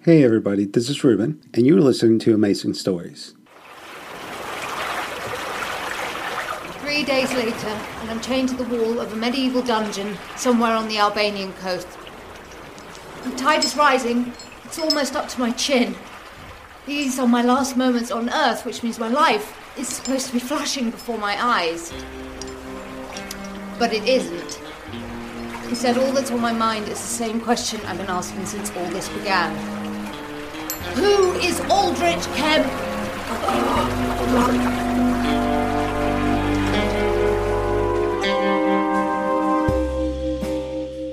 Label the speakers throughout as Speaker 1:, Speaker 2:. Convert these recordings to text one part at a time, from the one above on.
Speaker 1: Hey, everybody, this is Ruben, and you're listening to Amazing Stories.
Speaker 2: Three days later, and I'm chained to the wall of a medieval dungeon somewhere on the Albanian coast. The tide is rising, it's almost up to my chin. These are my last moments on Earth, which means my life is supposed to be flashing before my eyes. But it isn't. Instead, all that's on my mind is the same question I've been asking since all this began. Who is Aldrich Kemp?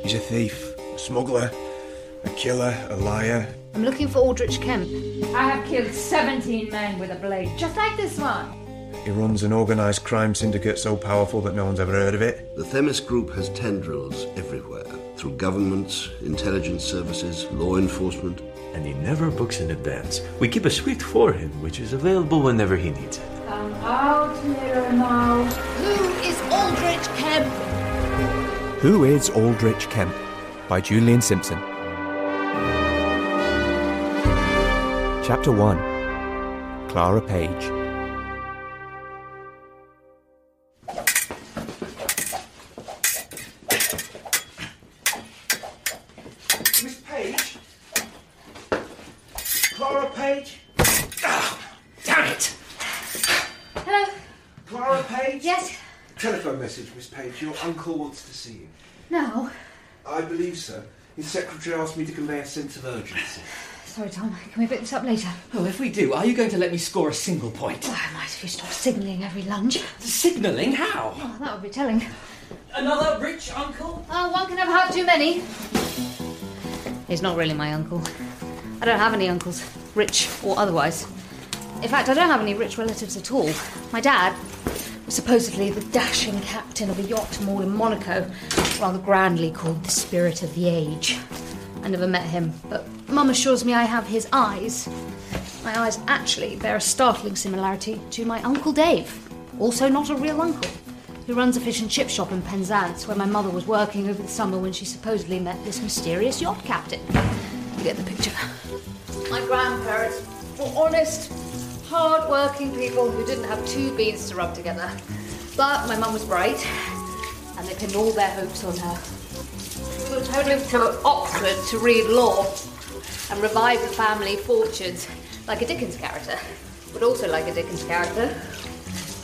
Speaker 3: He's a thief, a smuggler, a killer, a liar.
Speaker 2: I'm looking for Aldrich Kemp.
Speaker 4: I have killed 17 men with a blade, just like this one.
Speaker 3: He runs an organised crime syndicate so powerful that no one's ever heard of it.
Speaker 5: The Themis Group has tendrils everywhere through governments, intelligence services, law enforcement.
Speaker 6: and he never books in advance. We keep a suite for him, which is available whenever he needs it.
Speaker 4: Come out here now.
Speaker 2: Who is Aldrich Kemp?
Speaker 7: Who is Aldrich Kemp? by Julian Simpson. Chapter 1 Clara Page.
Speaker 3: Miss Page? Clara Page? damn it!
Speaker 4: Hello.
Speaker 3: Clara Page?
Speaker 4: Yes.
Speaker 3: Telephone message, Miss Page. Your uncle wants to see you.
Speaker 4: No.
Speaker 3: I believe so. His secretary asked me to convey a sense of urgency.
Speaker 4: Sorry, Tom. Can we pick this up later?
Speaker 8: Well, if we do, are you going to let me score a single point?
Speaker 4: Oh, I might if you stop signalling every lunge.
Speaker 8: Signalling how?
Speaker 4: Oh, that would be telling.
Speaker 8: Another rich uncle?
Speaker 2: Oh, one can never have too many. He's not really my uncle. I don't have any uncles, rich or otherwise. In fact, I don't have any rich relatives at all. My dad was supposedly the dashing captain of a yacht mall in Monaco, rather grandly called the Spirit of the Age. I never met him, but Mum assures me I have his eyes. My eyes actually bear a startling similarity to my Uncle Dave, also not a real uncle, who runs a fish and chip shop in Penzance where my mother was working over the summer when she supposedly met this mysterious yacht captain. You get the picture. My grandparents were honest, hard working people who didn't have two beans to rub together. But my mum was right, and they pinned all their hopes on her. We were totally to Oxford to read law and revive the family fortunes like a Dickens character, but also like a Dickens character.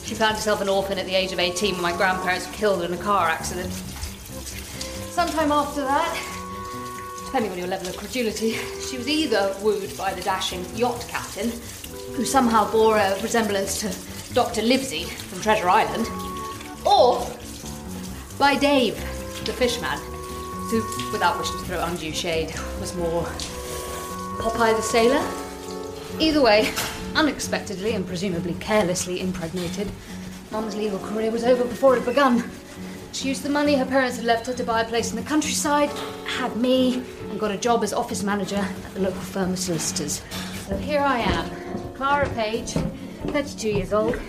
Speaker 2: She found herself an orphan at the age of 18 when my grandparents were killed in a car accident. Sometime after that, depending on your level of credulity, she was either wooed by the dashing yacht captain, who somehow bore a resemblance to Dr. Livesey from Treasure Island, or by Dave, the fishman, who, without wishing to throw undue shade, was more Popeye the sailor. Either way, unexpectedly and presumably carelessly impregnated, Mum's legal career was over before it begun. She used the money her parents had left her to buy a place in the countryside, had me, and got a job as office manager at the local firm of solicitors. So here I am, Clara Page, 32 years old,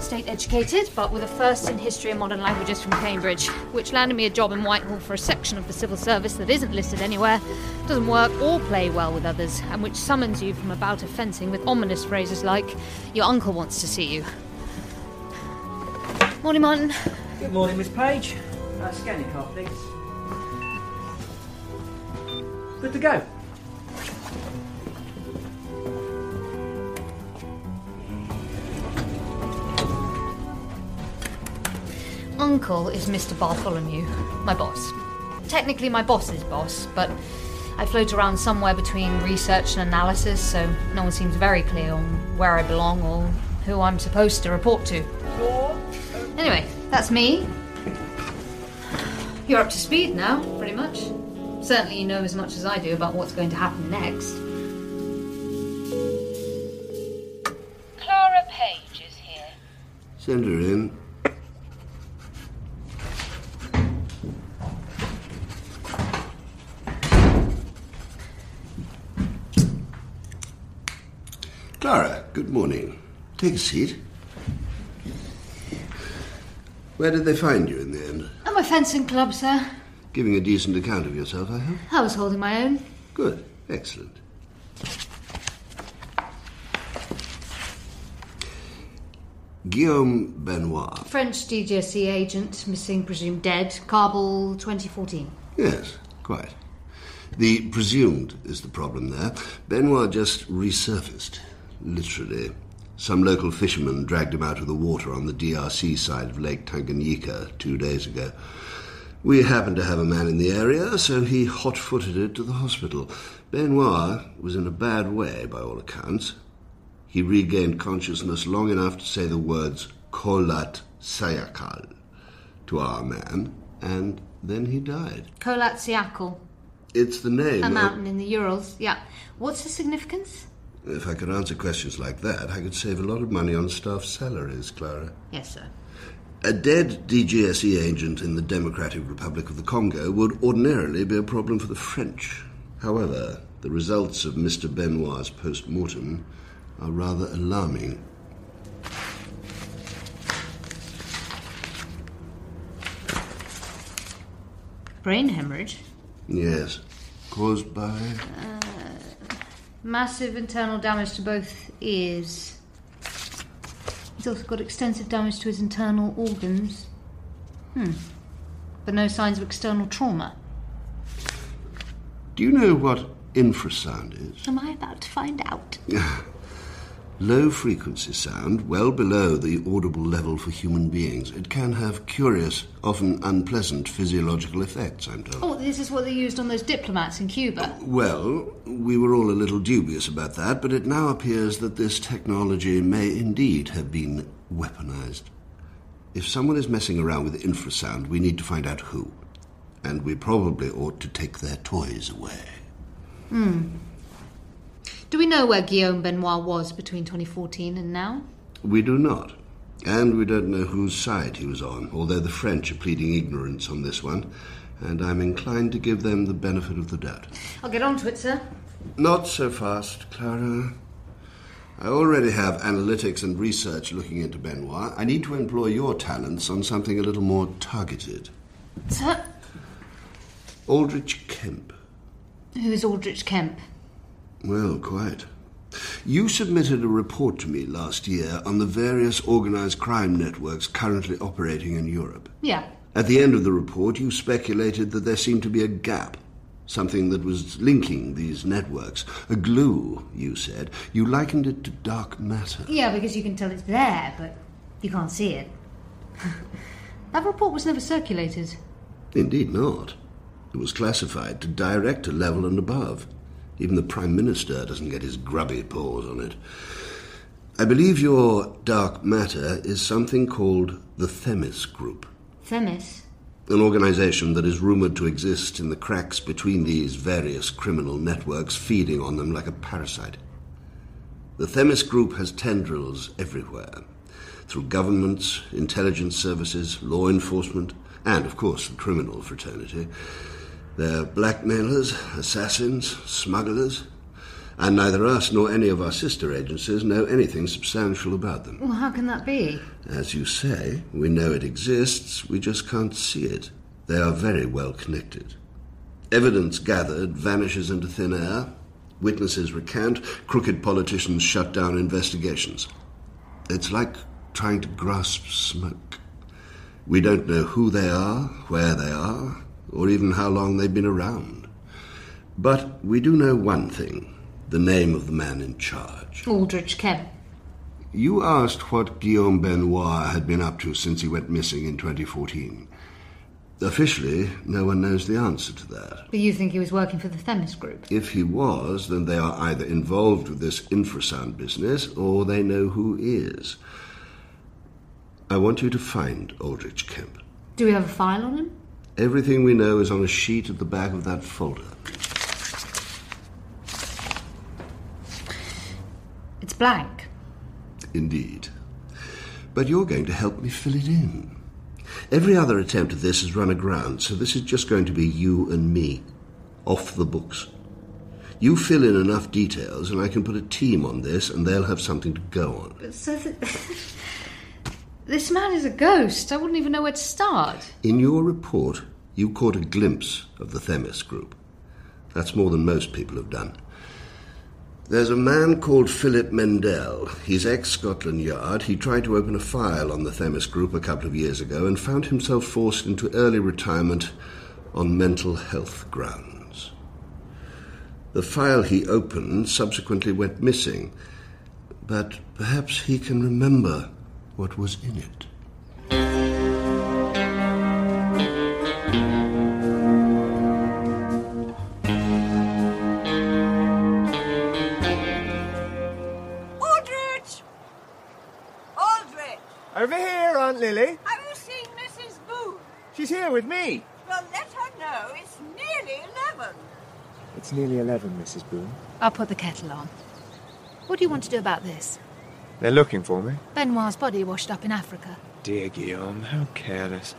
Speaker 2: state educated, but with a first in history and modern languages from Cambridge, which landed me a job in Whitehall for a section of the civil service that isn't listed anywhere, doesn't work or play well with others, and which summons you from a bout of fencing with ominous phrases like, Your uncle wants to see you. Morning, Martin.
Speaker 8: Good morning, Miss Page. Uh, scan your card, please. Good to go.
Speaker 2: Uncle is Mr. Bartholomew, my boss. Technically, my boss's boss, but I float around somewhere between research and analysis, so no one seems very clear on where I belong or who I'm supposed to report to. Anyway, that's me. You're up to speed now, pretty much. Certainly, you know as much as I do about what's going to happen next.
Speaker 9: Clara Page is here.
Speaker 5: Send her in. Clara, good morning. Take a seat. Where did they find you in the end?
Speaker 2: I'm a fencing club, sir.
Speaker 5: Giving a decent account of yourself, I hope.
Speaker 2: I was holding my own.
Speaker 5: Good. Excellent. Guillaume Benoit.
Speaker 2: French DGSE agent, missing, presumed dead, Kabul 2014.
Speaker 5: Yes, quite. The presumed is the problem there. Benoit just resurfaced, literally. Some local fishermen dragged him out of the water on the DRC side of Lake Tanganyika two days ago. We happened to have a man in the area, so he hot footed it to the hospital. Benoit was in a bad way, by all accounts. He regained consciousness long enough to say the words Kolat Sayakal to our man, and then he died.
Speaker 2: Kolat Siakal,
Speaker 5: It's the name.
Speaker 2: a
Speaker 5: of-
Speaker 2: mountain in the Urals. Yeah. What's the significance?
Speaker 5: If I could answer questions like that, I could save a lot of money on staff salaries, Clara.
Speaker 2: Yes, sir.
Speaker 5: A dead DGSE E agent in the Democratic Republic of the Congo would ordinarily be a problem for the French. However, the results of Mr. Benoit's post mortem are rather alarming.
Speaker 2: Brain hemorrhage,
Speaker 5: Yes, caused by.
Speaker 2: massive internal damage to both ears. He's also got extensive damage to his internal organs. Hmm. But no signs of external trauma.
Speaker 5: Do you know what infrasound is?
Speaker 2: Am I about to find out?
Speaker 5: Low frequency sound, well below the audible level for human beings. It can have curious, often unpleasant physiological effects, I'm told.
Speaker 2: Oh, this is what they used on those diplomats in Cuba.
Speaker 5: Well, we were all a little dubious about that, but it now appears that this technology may indeed have been weaponized. If someone is messing around with infrasound, we need to find out who. And we probably ought to take their toys away.
Speaker 2: Do we know where Guillaume Benoit was between 2014 and now?
Speaker 5: We do not. And we don't know whose side he was on, although the French are pleading ignorance on this one, and I'm inclined to give them the benefit of the doubt.
Speaker 2: I'll get on to it, sir.
Speaker 5: Not so fast, Clara. I already have analytics and research looking into Benoit. I need to employ your talents on something a little more targeted.
Speaker 2: Sir?
Speaker 5: Aldrich Kemp.
Speaker 2: Who is Aldrich Kemp?
Speaker 5: Well, quite. You submitted a report to me last year on the various organized crime networks currently operating in Europe.
Speaker 2: Yeah.
Speaker 5: At the end of the report, you speculated that there seemed to be a gap, something that was linking these networks. A glue, you said. You likened it to dark matter.
Speaker 2: Yeah, because you can tell it's there, but you can't see it. that report was never circulated.
Speaker 5: Indeed not. It was classified to director level and above. Even the Prime Minister doesn't get his grubby paws on it. I believe your dark matter is something called the Themis Group,
Speaker 2: Themis?
Speaker 5: an organization that is rumored to exist in the cracks between these various criminal networks, feeding on them like a parasite. The Themis Group has tendrils everywhere, through governments, intelligence services, law enforcement, and, of course, the criminal fraternity. They're blackmailers, assassins, smugglers, and neither us nor any of our sister agencies know anything substantial about them.
Speaker 2: Well, how can that be?
Speaker 5: As you say, we know it exists, we just can't see it. They are very well connected. Evidence gathered vanishes into thin air, witnesses recant, crooked politicians shut down investigations. It's like trying to grasp smoke. We don't know who they are, where they are, or even how long they've been around. But we do know one thing the name of the man in charge.
Speaker 2: Aldrich Kemp.
Speaker 5: You asked what Guillaume Benoit had been up to since he went missing in 2014. Officially, no one knows the answer to that.
Speaker 2: But you think he was working for the Themis group?
Speaker 5: If he was, then they are either involved with this infrasound business or they know who is. I want you to find Aldrich Kemp.
Speaker 2: Do we have a file on him?
Speaker 5: Everything we know is on a sheet at the back of that folder.
Speaker 2: It's blank.
Speaker 5: Indeed. But you're going to help me fill it in. Every other attempt at this has run aground, so this is just going to be you and me, off the books. You fill in enough details, and I can put a team on this, and they'll have something to go on.
Speaker 2: So th- this man is a ghost. I wouldn't even know where to start.
Speaker 5: In your report, you caught a glimpse of the Themis group. That's more than most people have done. There's a man called Philip Mendel. He's ex Scotland Yard. He tried to open a file on the Themis Group a couple of years ago and found himself forced into early retirement on mental health grounds. The file he opened subsequently went missing, but perhaps he can remember what was in it.
Speaker 9: Aldrich! Aldrich!
Speaker 10: Over here, Aunt Lily.
Speaker 9: Have you seen Mrs. Boone?
Speaker 10: She's here with me.
Speaker 9: Well, let her know it's nearly eleven.
Speaker 10: It's nearly 11, Mrs. Boone.
Speaker 2: I'll put the kettle on. What do you want to do about this?
Speaker 10: They're looking for me.
Speaker 2: Benoit's body washed up in Africa.
Speaker 10: Dear Guillaume, how careless.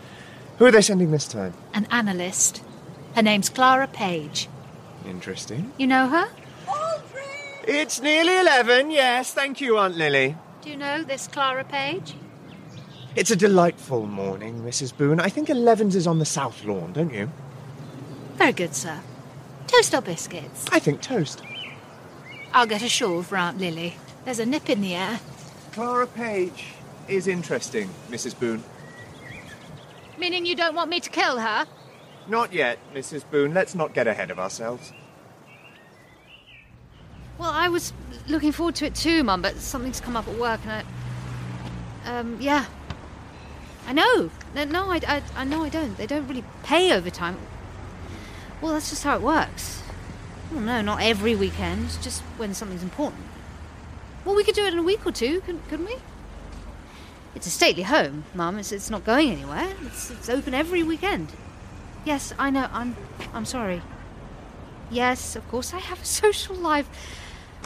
Speaker 10: Who are they sending this time?
Speaker 2: An analyst. Her name's Clara Page.
Speaker 10: Interesting.
Speaker 2: You know her?
Speaker 10: It's nearly 11, yes. Thank you, Aunt Lily.
Speaker 2: Do you know this Clara Page?
Speaker 10: It's a delightful morning, Mrs. Boone. I think 11's is on the south lawn, don't you?
Speaker 2: Very good, sir. Toast or biscuits?
Speaker 10: I think toast.
Speaker 2: I'll get a shawl for Aunt Lily. There's a nip in the air.
Speaker 10: Clara Page is interesting, Mrs. Boone.
Speaker 2: Meaning you don't want me to kill her?
Speaker 10: Not yet, Mrs. Boone. Let's not get ahead of ourselves.
Speaker 2: Well, I was looking forward to it too, Mum, but something's come up at work and I. Um, yeah. I know. No, no, I, I, I know I don't. They don't really pay overtime. Well, that's just how it works. Well, no, not every weekend, just when something's important. Well, we could do it in a week or two, couldn't, couldn't we? It's a stately home, Mum. It's, it's not going anywhere. It's, it's open every weekend. Yes, I know. I'm, I'm sorry. Yes, of course, I have a social life.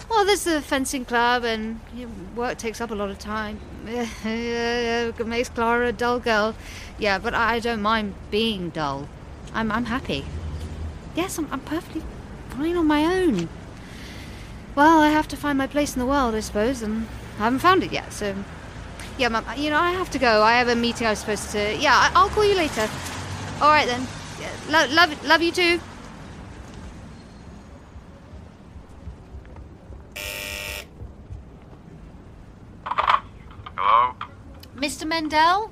Speaker 2: Well, there's the fencing club, and you know, work takes up a lot of time. It Makes Clara a dull girl. Yeah, but I don't mind being dull. I'm, I'm happy. Yes, I'm, I'm perfectly fine on my own. Well, I have to find my place in the world, I suppose, and I haven't found it yet, so. Yeah, Mum, you know, I have to go. I have a meeting I was supposed to. Yeah, I, I'll call you later. All right, then. Yeah, lo- love, love you too.
Speaker 11: Hello?
Speaker 12: Mr. Mendel?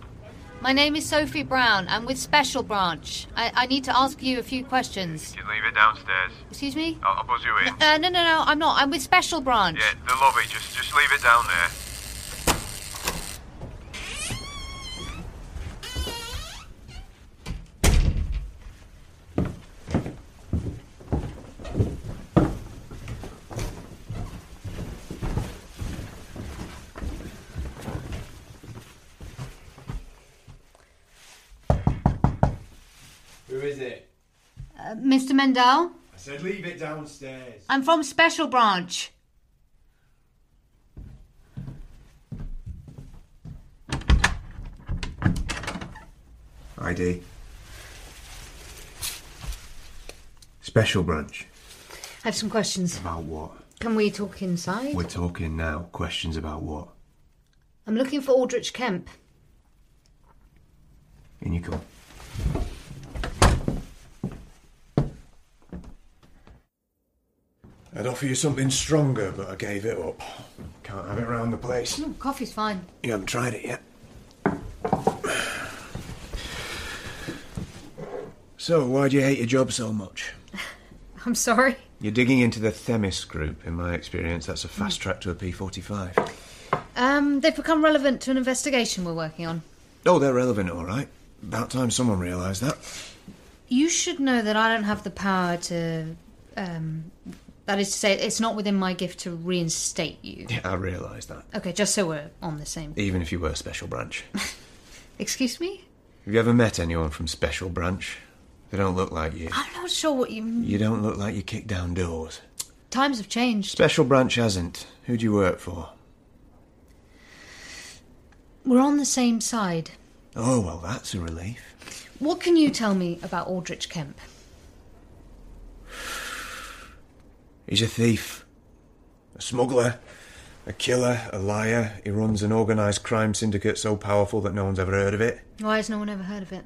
Speaker 12: My name is Sophie Brown. I'm with Special Branch. I, I need to ask you a few questions.
Speaker 11: You can leave it downstairs.
Speaker 12: Excuse me?
Speaker 11: I'll, I'll buzz you in.
Speaker 12: Uh, no, no, no, I'm not. I'm with Special Branch.
Speaker 11: Yeah, the lobby. Just, just leave it down there.
Speaker 10: Who is it?
Speaker 12: Uh, Mr. Mendel?
Speaker 10: I said leave it downstairs.
Speaker 12: I'm from Special Branch.
Speaker 3: ID. Special branch.
Speaker 2: I have some questions.
Speaker 3: About what?
Speaker 2: Can we talk inside?
Speaker 3: We're talking now. Questions about what?
Speaker 2: I'm looking for Aldrich Kemp.
Speaker 3: In you go. I'd offer you something stronger, but I gave it up. Can't have it round the place.
Speaker 2: Mm, coffee's fine.
Speaker 3: You haven't tried it yet. So, why do you hate your job so much?
Speaker 2: I'm sorry.
Speaker 10: You're digging into the Themis group. In my experience, that's a fast track to a P45.
Speaker 2: Um, they've become relevant to an investigation we're working on.
Speaker 3: Oh, they're relevant, all right. About time someone realised that.
Speaker 2: You should know that I don't have the power to. Um, that is to say, it's not within my gift to reinstate you.
Speaker 10: Yeah, I realised that.
Speaker 2: Okay, just so we're on the same.
Speaker 10: Even if you were Special Branch.
Speaker 2: Excuse me?
Speaker 10: Have you ever met anyone from Special Branch? They don't look like you.
Speaker 2: I'm not sure what you. mean.
Speaker 10: You don't look like you kick down doors.
Speaker 2: Times have changed.
Speaker 10: Special Branch hasn't. Who do you work for?
Speaker 2: We're on the same side.
Speaker 10: Oh, well, that's a relief.
Speaker 2: What can you tell me about Aldrich Kemp?
Speaker 3: He's a thief, a smuggler, a killer, a liar. He runs an organised crime syndicate so powerful that no one's ever heard of it
Speaker 2: Why has no one ever heard of it?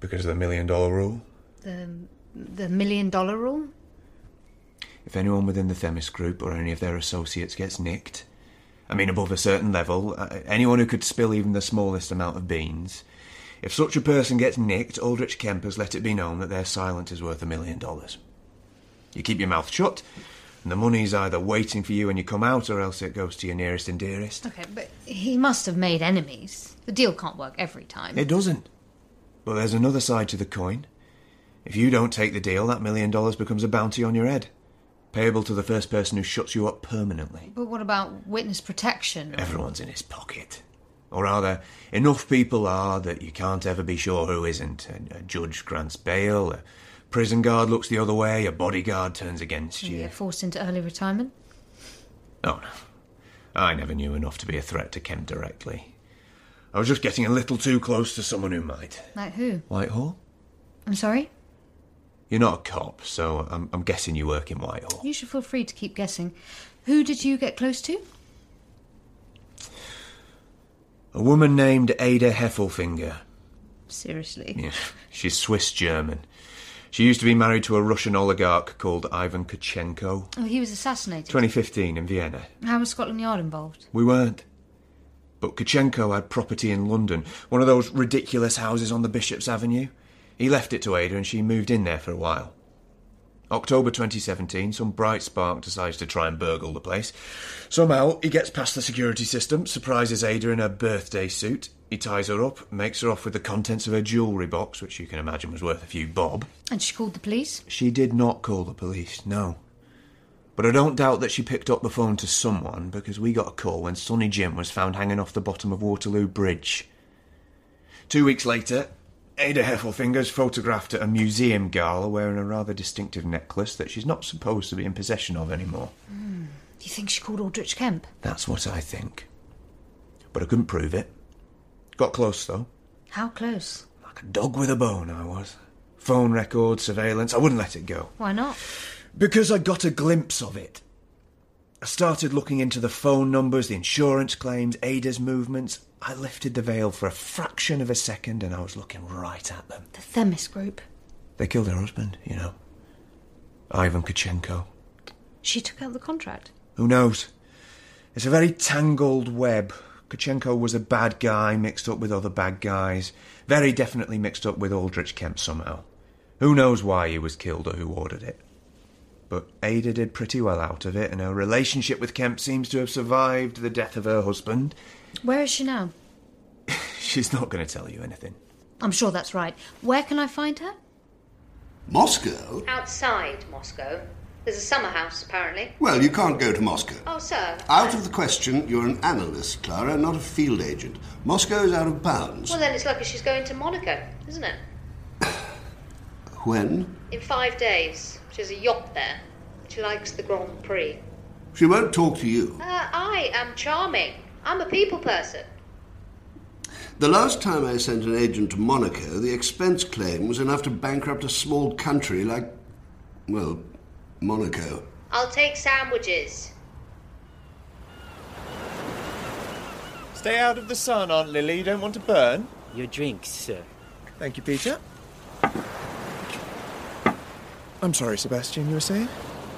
Speaker 3: because of the million dollar rule.
Speaker 2: The the million dollar rule?
Speaker 3: if anyone within the Themis group or any of their associates gets nicked. I mean, above a certain level, uh, anyone who could spill even the smallest amount of beans. If such a person gets nicked, Aldrich Kemp has let it be known that their silence is worth a million dollars. You keep your mouth shut, and the money's either waiting for you when you come out or else it goes to your nearest and dearest.
Speaker 2: Okay, but he must have made enemies. The deal can't work every time.
Speaker 3: It doesn't. But there's another side to the coin. If you don't take the deal, that million dollars becomes a bounty on your head, payable to the first person who shuts you up permanently.
Speaker 2: But what about witness protection?
Speaker 3: Everyone's in his pocket. Or rather, enough people are that you can't ever be sure who isn't. A, a judge grants bail, a prison guard looks the other way, a bodyguard turns against
Speaker 2: You
Speaker 3: you.
Speaker 2: get forced into early retirement?
Speaker 3: Oh no. I never knew enough to be a threat to Kemp directly. I was just getting a little too close to someone who might.
Speaker 2: Like who?
Speaker 3: Whitehall?
Speaker 2: I'm sorry?
Speaker 3: You're not a cop, so I'm, I'm guessing you work in Whitehall.
Speaker 2: You should feel free to keep guessing. Who did you get close to?
Speaker 3: A woman named Ada Heffelfinger.
Speaker 2: Seriously.
Speaker 3: Yeah, she's Swiss German. She used to be married to a Russian oligarch called Ivan Kachenko.
Speaker 2: Oh, he was assassinated.
Speaker 3: 2015 in Vienna.
Speaker 2: How was Scotland Yard involved?
Speaker 3: We weren't. But Kachenko had property in London, one of those ridiculous houses on the Bishop's Avenue. He left it to Ada and she moved in there for a while. October 2017, some bright spark decides to try and burgle the place. Somehow, he gets past the security system, surprises Ada in her birthday suit. He ties her up, makes her off with the contents of her jewellery box, which you can imagine was worth a few bob.
Speaker 2: And she called the police?
Speaker 3: She did not call the police, no. But I don't doubt that she picked up the phone to someone because we got a call when Sonny Jim was found hanging off the bottom of Waterloo Bridge. Two weeks later, Ada Heffelfinger's photographed at a museum gala wearing a rather distinctive necklace that she's not supposed to be in possession of anymore.
Speaker 2: Hmm. Do you think she called Aldrich Kemp?
Speaker 3: That's what I think. But I couldn't prove it. Got close though.
Speaker 2: How close?
Speaker 3: Dog with a bone, I was. Phone records, surveillance, I wouldn't let it go.
Speaker 2: Why not?
Speaker 3: Because I got a glimpse of it. I started looking into the phone numbers, the insurance claims, Ada's movements. I lifted the veil for a fraction of a second and I was looking right at them.
Speaker 2: The Themis group.
Speaker 3: They killed her husband, you know. Ivan Kachenko.
Speaker 2: She took out the contract.
Speaker 3: Who knows? It's a very tangled web. Kachenko was a bad guy mixed up with other bad guys. Very definitely mixed up with Aldrich Kemp somehow. Who knows why he was killed or who ordered it? But Ada did pretty well out of it, and her relationship with Kemp seems to have survived the death of her husband.
Speaker 2: Where is she now?
Speaker 3: She's not going to tell you anything.
Speaker 2: I'm sure that's right. Where can I find her?
Speaker 5: Moscow?
Speaker 2: Outside Moscow. There's a summer house, apparently.
Speaker 5: Well, you can't go to Moscow.
Speaker 2: Oh, sir.
Speaker 5: Out of the question, you're an analyst, Clara, not a field agent. Moscow is out of bounds.
Speaker 2: Well, then it's lucky she's going to Monaco, isn't it?
Speaker 5: When?
Speaker 2: In five days. She has a yacht there. She likes the Grand Prix.
Speaker 5: She won't talk to you.
Speaker 2: Uh, I am charming. I'm a people person.
Speaker 5: The last time I sent an agent to Monaco, the expense claim was enough to bankrupt a small country like, well, Monaco.
Speaker 2: I'll take sandwiches.
Speaker 10: Stay out of the sun, Aunt Lily. You don't want to burn.
Speaker 13: Your drinks, sir.
Speaker 10: Thank you, Peter. I'm sorry, Sebastian, you were saying?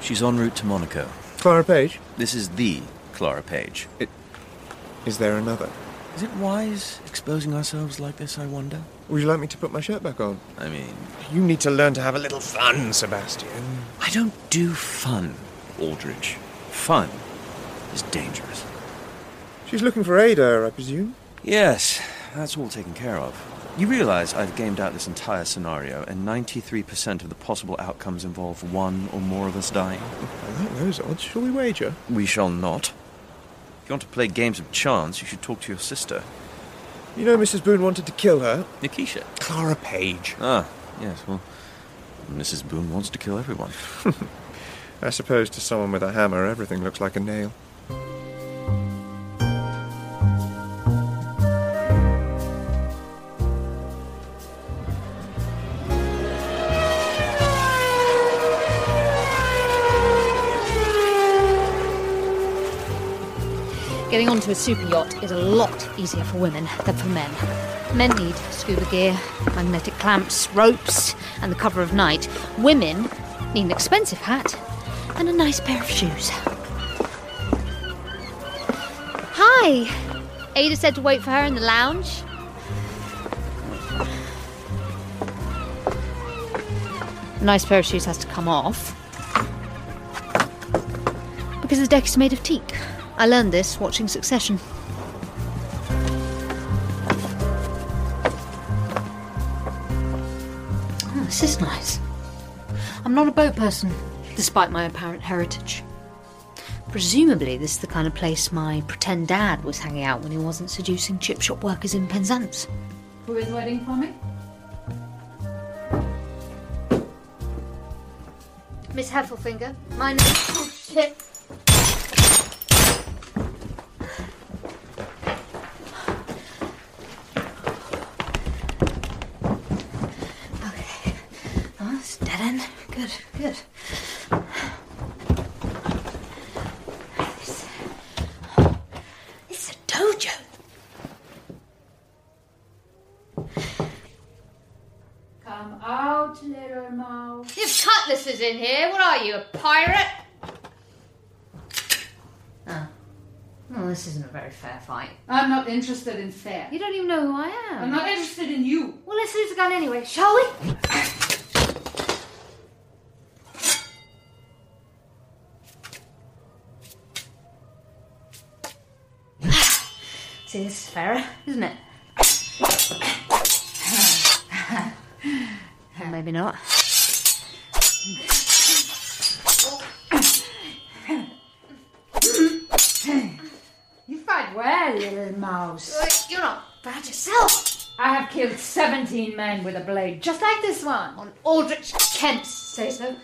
Speaker 14: She's en route to Monaco.
Speaker 10: Clara Page?
Speaker 14: This is the Clara Page.
Speaker 10: Is there another?
Speaker 14: Is it wise exposing ourselves like this, I wonder?
Speaker 10: Would you like me to put my shirt back on?
Speaker 14: I mean,
Speaker 10: You need to learn to have a little fun, Sebastian.
Speaker 14: I don't do fun, Aldridge. Fun is dangerous.
Speaker 10: She's looking for Ada, I presume.
Speaker 14: Yes, that's all taken care of. You realize I've gamed out this entire scenario, and 93% of the possible outcomes involve one or more of us dying?
Speaker 10: I like those odds. Shall we wager?
Speaker 14: We shall not. If you want to play games of chance, you should talk to your sister,
Speaker 10: You know Mrs. Boone wanted to kill her.
Speaker 14: Nikisha.
Speaker 10: Clara Page.
Speaker 14: Ah, yes, well, Mrs. Boone wants to kill everyone.
Speaker 10: I suppose to someone with a hammer, eh? everything looks like a nail.
Speaker 2: Getting onto a super yacht is a lot easier for women than for men. Men need scuba gear, magnetic clamps, ropes, and the cover of night. Women need an expensive hat.
Speaker 13: and a nice pair of shoes. Hi!
Speaker 12: Ada said to wait for her in the lounge.
Speaker 2: A nice pair of shoes has to come off.
Speaker 13: Because the deck is made of teak.
Speaker 2: I learned this watching Succession. Oh, this is nice. I'm not a boat person, despite my apparent heritage. Presumably, this is the kind of place my pretend dad was hanging out when he wasn't seducing chip shop workers in Penzance.
Speaker 4: Who is waiting for me?
Speaker 2: Miss Heffelfinger, my name. Oh, shit. Oh, it's dead end. Good, good. This- This is a dojo.
Speaker 4: Come out, little mouse.
Speaker 12: You've cutlasses in here. What are you, a pirate?
Speaker 2: Oh, Ah. this isn't a very fair fight.
Speaker 4: I'm not interested in fair.
Speaker 2: You don't even know who I am.
Speaker 4: I'm not interested in you.
Speaker 2: Well, let's use the gun anyway, shall we? See, this is fairer, isn't it? Maybe not.
Speaker 4: You fight well, little mouse.
Speaker 2: You're not bad yourself.
Speaker 4: I have killed 17 men with a blade, just like this one.
Speaker 2: On Aldrich Kent. Say
Speaker 4: so.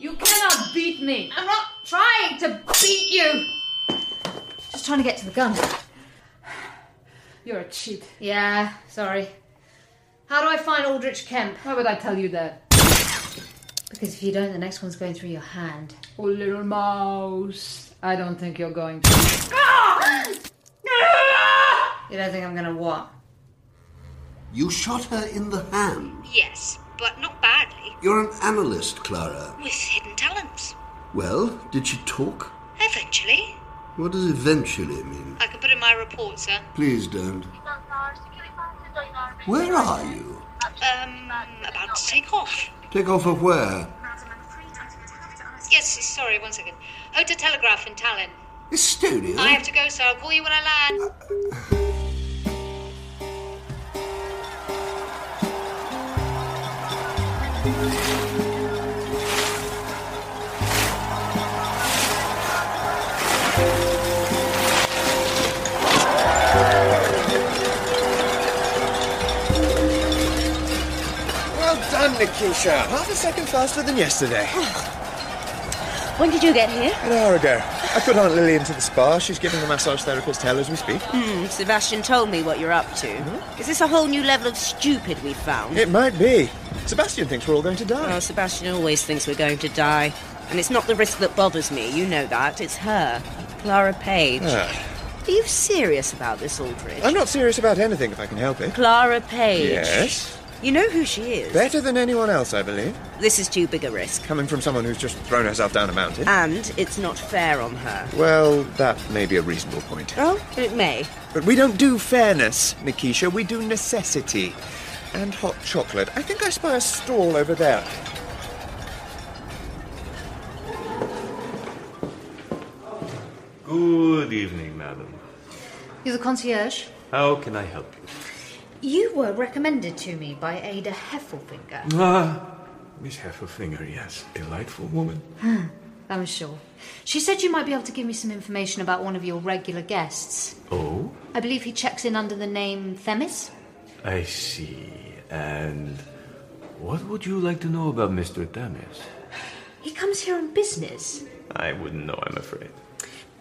Speaker 4: You cannot beat me.
Speaker 2: I'm not trying to beat you. Just trying to get to the gun.
Speaker 4: You're a cheat.
Speaker 2: Yeah, sorry. How do I find Aldrich Kemp?
Speaker 4: Why would I tell you that?
Speaker 2: Because if you don't, the next one's going through your hand.
Speaker 4: Oh, little mouse. I don't think you're going to.
Speaker 2: You don't think I'm gonna what?
Speaker 5: You shot her in the hand.
Speaker 15: Yes, but not badly.
Speaker 5: You're an analyst, Clara.
Speaker 15: With hidden talents.
Speaker 5: Well, did she talk?
Speaker 15: Eventually.
Speaker 5: What does eventually mean?
Speaker 15: I can put in my report, sir.
Speaker 5: Please don't. Where are you?
Speaker 15: Um, about to take off.
Speaker 5: Take off of where?
Speaker 15: Yes, sorry, one second. Hotel Telegraph in Tallinn.
Speaker 5: Estonia?
Speaker 15: I have to go, sir. I'll call you when I land.
Speaker 10: Well done, Nikisha. Half a second faster than yesterday.
Speaker 13: When did you get here?
Speaker 10: An hour ago. I put Aunt Lily into the spa. She's giving the massage therapist hell as we speak.
Speaker 16: Hmm, Sebastian told me what you're up to. Is this a whole new level of stupid we've found?
Speaker 10: It might be. Sebastian thinks we're all going to die.
Speaker 16: Oh, Sebastian always thinks we're going to die. And it's not the risk that bothers me, you know that. It's her, Clara Page.
Speaker 10: Ah.
Speaker 16: Are you serious about this, Aldridge?
Speaker 10: I'm not serious about anything if I can help it.
Speaker 16: Clara Page.
Speaker 10: Yes.
Speaker 16: You know who she is.
Speaker 10: Better than anyone else, I believe.
Speaker 16: This is too big a risk.
Speaker 10: Coming from someone who's just thrown herself down a mountain.
Speaker 2: Ah.
Speaker 16: And it's not fair on her.
Speaker 10: Well, that may be a reasonable point.
Speaker 2: Ah.
Speaker 16: Oh, it may.
Speaker 10: But we don't do fairness, Nikisha. We do necessity. And hot chocolate. I think I spy a stall over there.
Speaker 6: Good evening, madam.
Speaker 2: You're the concierge?
Speaker 6: How can I help you?
Speaker 2: You were recommended to me by Ada Heffelfinger.
Speaker 6: Ah, Miss Heffelfinger, yes. Delightful woman.
Speaker 2: I'm sure. She said you might be able to give me some information about one of your regular guests.
Speaker 6: Oh,
Speaker 2: I believe he checks in under the name Themis.
Speaker 6: I see. And what would you like to know about Mr. Damis?
Speaker 2: He comes here on business,
Speaker 6: I wouldn't know, I'm afraid.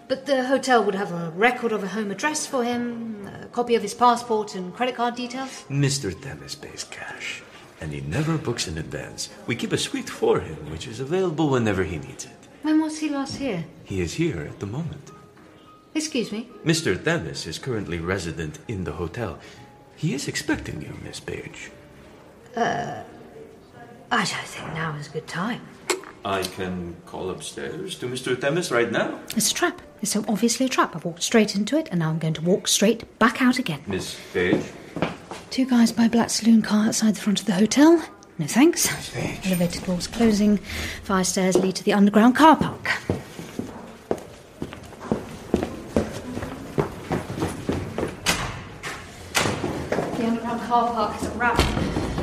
Speaker 2: but the hotel would have a record of a home address for him, a copy of his passport, and credit card details.
Speaker 6: Mr. Damis pays cash, and he never books in advance. We keep a suite for him, which is available whenever he needs it.
Speaker 2: When was he last here?
Speaker 6: He is here at the moment.
Speaker 2: Excuse me.
Speaker 6: Mr. Damis is currently resident in the hotel. He is expecting you, Miss Page.
Speaker 2: Uh, I don't think now is a good time.
Speaker 6: I can call upstairs to Mr. Temis right now.
Speaker 2: It's a trap. It's so obviously a trap. I walked straight into it, and now I'm going to walk straight back out again.
Speaker 6: Miss Page?
Speaker 2: Two guys by a black saloon car outside the front of the hotel. No thanks. Elevator doors closing. Fire stairs lead to the underground car park.
Speaker 17: The underground car park is a ramp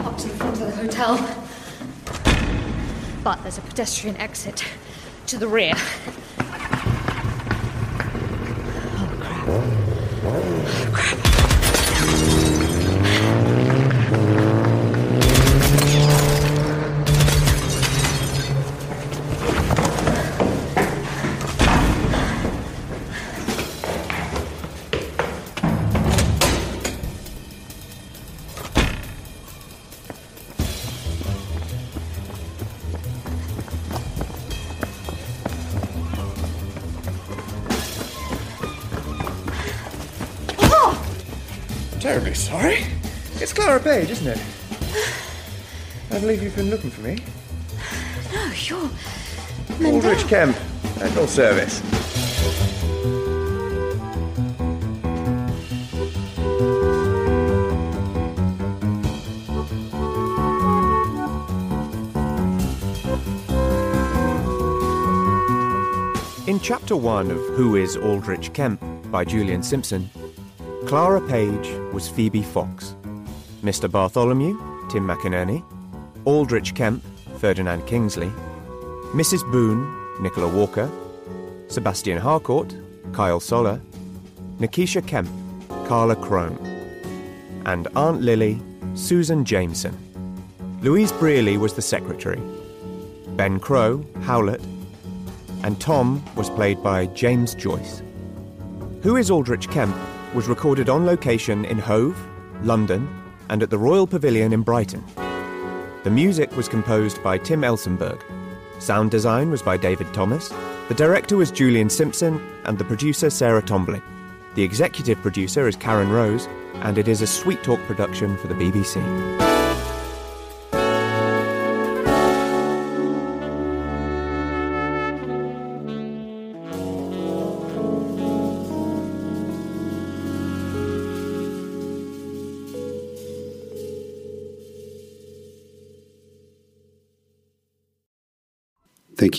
Speaker 17: up to the front of the hotel. But there's a pedestrian exit to the rear. Oh,
Speaker 7: Terribly sorry. It's Clara Page, isn't it? I believe you've been looking for me.
Speaker 2: No, you're.
Speaker 7: Aldrich Kemp, at your service.
Speaker 3: In Chapter 1 of Who is Aldrich Kemp by Julian Simpson, Clara Page was Phoebe Fox, Mr. Bartholomew, Tim McInerney, Aldrich Kemp, Ferdinand Kingsley, Mrs. Boone, Nicola Walker, Sebastian Harcourt, Kyle Soller, Nikisha Kemp, Carla Crone, and Aunt Lily, Susan Jameson. Louise Brearley was the secretary. Ben Crow, Howlett, and Tom was played by James Joyce. Who is Aldrich Kemp was recorded on location in Hove, London, and at the Royal Pavilion in Brighton. The music was composed by Tim Elsenberg. Sound design was by David Thomas. The director was Julian Simpson, and the producer Sarah Tomblin. The executive producer is Karen Rose, and it is a Sweet Talk production for the BBC.
Speaker 1: Thank